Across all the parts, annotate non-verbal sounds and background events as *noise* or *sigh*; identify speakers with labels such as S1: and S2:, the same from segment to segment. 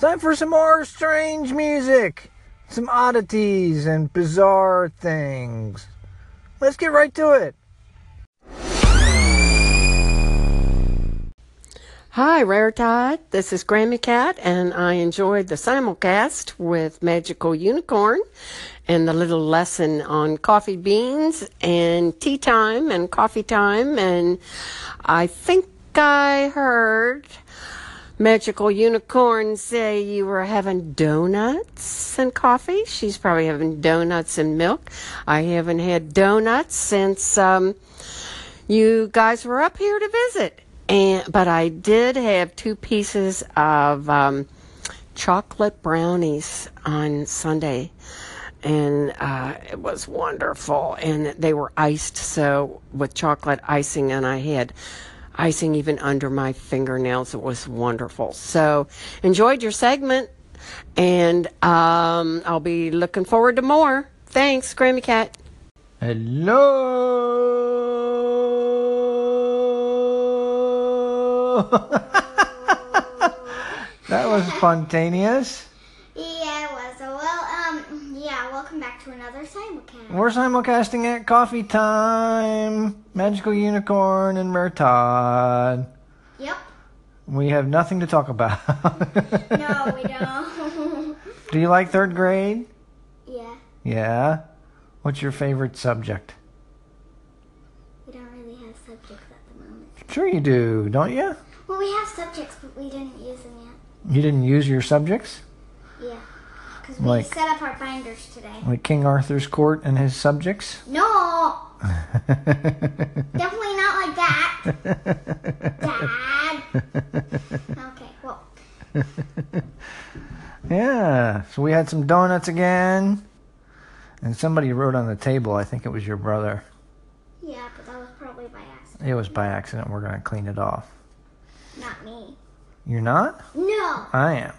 S1: time for some more strange music, some oddities and bizarre things. Let's get right to it.
S2: Hi, Rare Tide. This is Grammy Cat, and I enjoyed the simulcast with Magical Unicorn and the little lesson on coffee beans and tea time and coffee time. And I think I heard Magical Unicorn say you were having donuts and coffee. She's probably having donuts and milk. I haven't had donuts since um, you guys were up here to visit. And but I did have two pieces of um, chocolate brownies on Sunday, and uh, it was wonderful. And they were iced, so with chocolate icing, and I had icing even under my fingernails. It was wonderful. So enjoyed your segment, and um, I'll be looking forward to more. Thanks, Grammy Cat.
S1: Hello. *laughs* that was spontaneous.
S3: Yeah, it was. So, Well, um, yeah, welcome back to another simulcast.
S1: We're simulcasting at coffee time. Magical Unicorn and Murtad.
S3: Yep.
S1: We have nothing to talk about. *laughs*
S3: No, we don't.
S1: Do you like third grade?
S3: *laughs* yeah,
S1: Yeah. What's your favorite subject?
S3: we don't really have subjects at the moment.
S1: Sure, you do, don't you?
S3: Well, we have subjects, but we didn't use them yet.
S1: You didn't use your subjects?
S3: Yeah. Because we
S1: Like-
S3: set up our binders today.
S1: Like King Arthur's court and his subjects? *laughs*
S3: No, definitely not like that.
S1: *laughs*
S3: Dad. Okay, well,
S1: yeah. So we had some donuts again. And somebody wrote on the table, I think it was your brother.
S3: yeah, but that was probably by accident.
S1: It was by accident. We're going to clean it off.
S3: Not me.
S1: You're not?
S3: No,
S1: I am.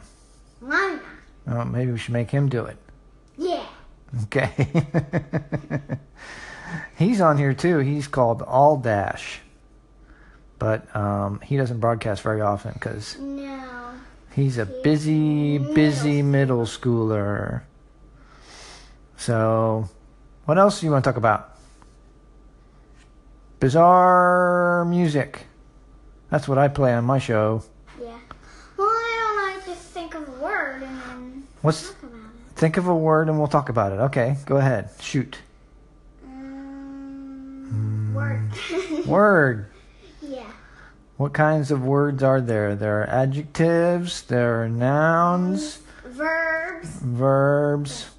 S3: I'm not.
S1: Oh, maybe we should make him do it.
S3: Yeah.
S1: Okay. He's on here too. He's called All Dash. But um, he doesn't broadcast very often because
S3: No.
S1: he's a busy, busy middle schooler. So, what else do you want to talk about? Bizarre music. That's what I play on my show.
S3: Yeah. Well, I don't know. I just think of a word and then
S1: What's
S3: talk about it.
S1: think of a word and we'll talk about it. Okay, go ahead. Shoot.
S3: Um, word.
S1: Word.
S3: *laughs* yeah.
S1: What kinds of words are there? There are adjectives, there are nouns,
S3: Verbs.
S1: verbs.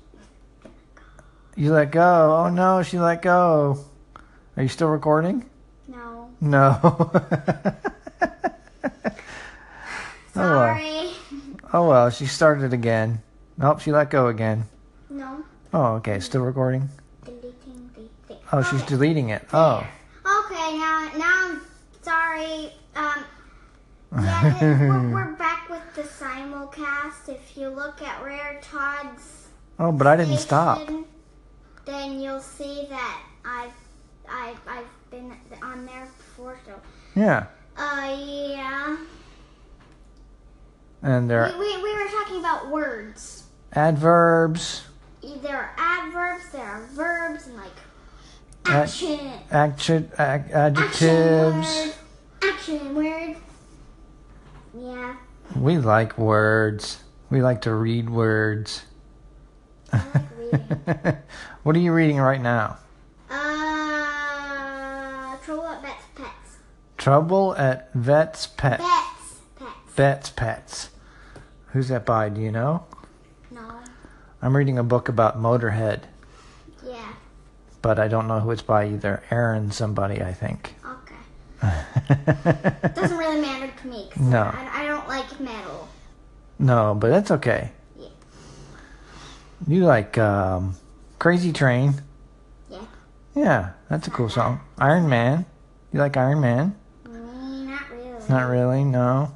S1: You let go. Oh no, she let go. Are you still recording?
S3: No.
S1: No. *laughs* Oh, well.
S3: Sorry. *laughs*
S1: oh well, she started again. Nope, she let go again.
S3: No.
S1: Oh, okay, still recording?
S3: Deleting the thing.
S1: Oh, she's
S3: Okay.
S1: deleting it. Oh.
S3: Okay. Now, now I'm sorry.
S1: *laughs*
S3: Um. Yeah, th- we're, we're back with the simulcast. If you look at Rare Todd's
S1: Oh, but I didn't stop.
S3: station, then you'll see that I've I, I've been on there before. So,
S1: Yeah.
S3: uh, yeah.
S1: And there
S3: We,
S1: are
S3: we, we were talking about words.
S1: adverbs,
S3: There are adverbs, there are verbs, and like
S1: Ad-
S3: action,
S1: action, ac-
S3: action
S1: adjectives.
S3: word, action word. Yeah,
S1: We like words. We like to read words. *laughs*
S3: I like reading.
S1: what are you reading right now?
S3: uh, trouble at Bet's pets.
S1: Trouble at Vet's Pet.
S3: Bet's pets.
S1: Vet's Pets. Who's that by? Do you know?
S3: No.
S1: I'm reading a book about Motorhead,
S3: Yeah.
S1: but I don't know who it's by either. Aaron, somebody, I think. *laughs*
S3: Okay. Doesn't really matter to me. 'cause
S1: No.
S3: I, I don't like metal.
S1: no, but that's okay.
S3: Yeah.
S1: You like um, Crazy Train?
S3: Yeah.
S1: Yeah, that's a cool song. Iron Man. You like Iron Man?
S3: Me, Mm, not really.
S1: Not really, no.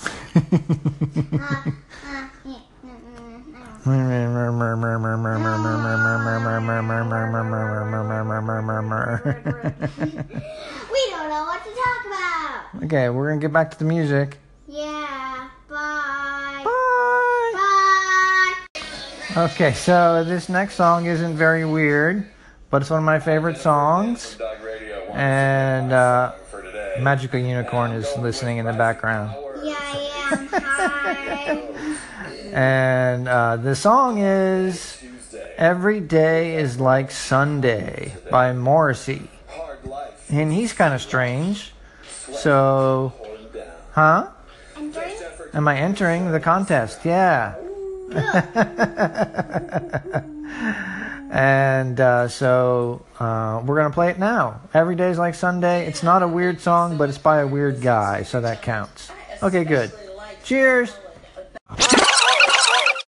S3: uh, uh, yeah, mm, mm, I don't. we don't know what to talk about.
S1: Okay, we're gonna get back to the music.
S3: Yeah, bye.
S1: Okay, so this next song isn't very weird, but it's one of my favorite songs. And uh, Magical Unicorn is listening in the background.
S3: Yeah, I am. Hi.
S1: And uh, the song is Every Day is Like Sunday by Morrissey. And he's kind of strange. So, huh?
S3: And during,
S1: Am I entering the contest? Yeah. *laughs* and uh, so uh, we're going to play it now. Every day's like Sunday. It's not a weird song, but it's by a weird guy, so that counts. Okay, good. Cheers.